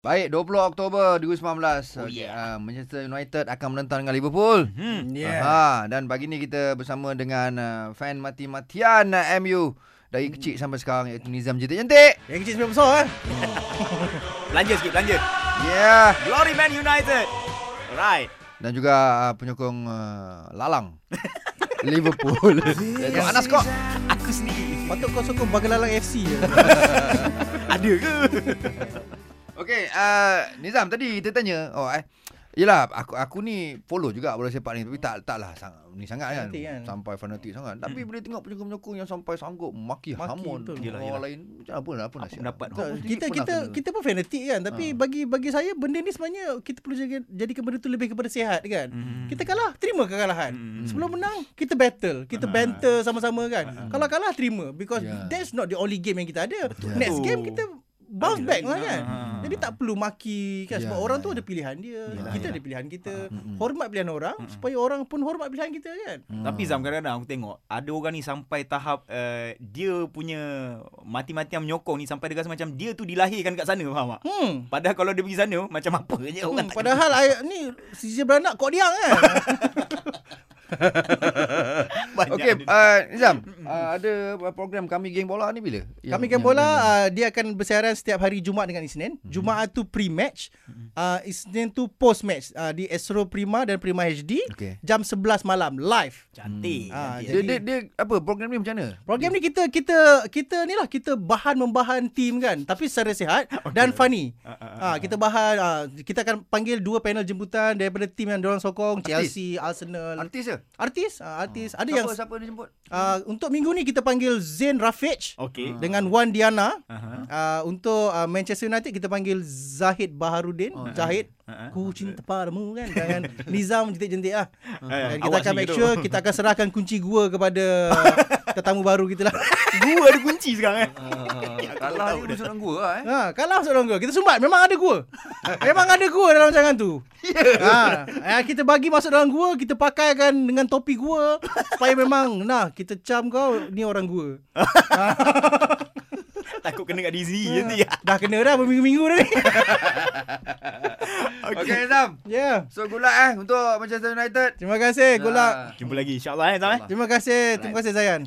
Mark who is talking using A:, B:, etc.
A: Baik, 20 Oktober 2019.
B: Oh,
A: Okey, ah,
B: yeah.
A: Manchester United akan menentang dengan Liverpool.
B: Hmm.
A: Ha, dan pagi ni kita bersama dengan uh, fan mati-matian uh, MU dari kecil sampai sekarang iaitu Nizam Jentik-Jentik.
C: Yang kecil sebenarnya besar kan?
B: Belanja sikit, belanja.
A: Yeah.
B: Glory Man United. Alright.
A: Dan juga uh, penyokong uh, lalang Liverpool. Iaitu Anas Kok.
B: Aku sendiri.
C: Patut kau sokong Bagelalang FC je.
B: Ada ke?
A: Okey, uh, Nizam tadi kita tanya, oh eh Yelah aku aku ni follow juga bola sepak ni tapi tak taklah sangat ni sangat kan,
C: Fanatik
A: kan.
C: kan? Hmm.
A: sampai fanatik sangat. Tapi bila tengok penyokong-penyokong yang sampai sanggup maki,
C: Maki,
A: hamun orang
C: betul.
B: Yelah, yelah.
A: lain macam apa apa
B: Apa
A: nasihat.
B: pendapat
A: Tak,
B: kau?
A: mesti
C: kita
A: pernah
C: kita
A: kena.
C: kita pun fanatik kan tapi
A: Ha.
C: bagi bagi saya benda ni sebenarnya kita perlu jaga jadikan benda tu lebih kepada sihat kan.
A: Hmm.
C: Kita kalah, terima kekalahan.
B: Hmm.
C: Sebelum menang, kita battle, kita
B: Ha.
C: banter sama-sama kan. Kalau kalah terima because
A: Ah. Ya.
C: that's not the only game yang kita ada.
A: Betul. Ah.
C: Next
B: Oh.
C: game kita bounce
B: Ada
C: back
B: lagi.
C: lah kan.
B: Ha.
C: Jadi tak perlu maki
A: Ya,
C: kan sebab orang
A: ya,
C: tu
A: ya.
C: ada pilihan dia,
A: Yalah,
C: kita
A: yalah. Ah. Hmm.
C: ada pilihan kita.
A: Mm-mm.
C: Hormat pilihan orang supaya orang pun hormat pilihan kita kan.
A: Hmm.
B: Tapi Zam kadang-kadang aku tengok Ada orang ni sampai tahap uh, Dia punya Mati-matian menyokong ni Sampai dia rasa macam Dia tu dilahirkan kat sana Faham tak?
C: Hmm.
B: Padahal kalau dia pergi sana Macam apa je orang
C: Hmm,
B: tak
C: padahal I, ni CJ beranak kok diang kan.
B: banyak
A: Okey,
B: ada.
A: uh, Nizam, uh, ada program kami geng bola ni bila? Yang-
C: Kami
A: Ya,
C: Game
A: yang-
C: Bola
A: yang-
C: uh, dia akan bersiaran setiap hari Jumaat dengan Isnin. Jumaat tu pre-match, uh, Isnin tu post-match uh, di Astro Prima dan Prima HD
A: Okey.
C: jam 11 malam live.
B: Cantik,
C: Ah,
B: cantik.
A: Dia, dia, dia apa program ni macam mana?
C: Program ni kita kita kita ni lah kita bahan membahan tim kan tapi secara sihat dan funny.
B: Ah, ah,
C: Ah kita bahan ah, kita akan panggil dua panel jemputan daripada tim yang diorang sokong
A: Artis.
C: Chelsea, Arsenal.
A: Artis ke?
C: Artis, ah, artis. Ada
A: siapa,
C: yang
A: siapa dia jemput?
C: ah, untuk minggu ni kita panggil Zain Rafiq.
B: Okey. Ha,
C: dengan Wan Diana.
B: Aha.
C: Uh, untuk uh, Manchester United kita panggil Zahid Baharudin.
A: Oh,
C: Oh, Zahid.
B: Ah, ah.
C: Ku cinta padamu kan dengan Nizam jentik-jentik lah.
B: Ah,
C: Dan kita
B: awak
C: akan make
B: sendiri
C: sure
B: tu.
C: kita akan serahkan kunci gua kepada tetamu baru kita lah.
B: Gua ada kunci sekarang eh.
C: Hmm.
A: Kalah ni musuh dengan gua lah eh.
C: Ha, kalah seorang gua. Kita sumbat memang ada gua. Memang ada gua dalam jangan tu. Yeah. Ha, eh, kita bagi masuk dalam gua, kita pakaikan dengan topi gua supaya memang nah kita cam kau ni orang gua.
B: Takut kena kat Disney je nanti.
C: Dah kena dah berminggu-minggu dah ni.
A: Okey, Nizam.
C: Ya. Yeah.
A: So good luck eh untuk Manchester United.
C: Terima kasih. Good luck.
B: Jumpa lagi insyaAllah eh Zam eh.
C: Terima kasih. Terima kasih Zayan.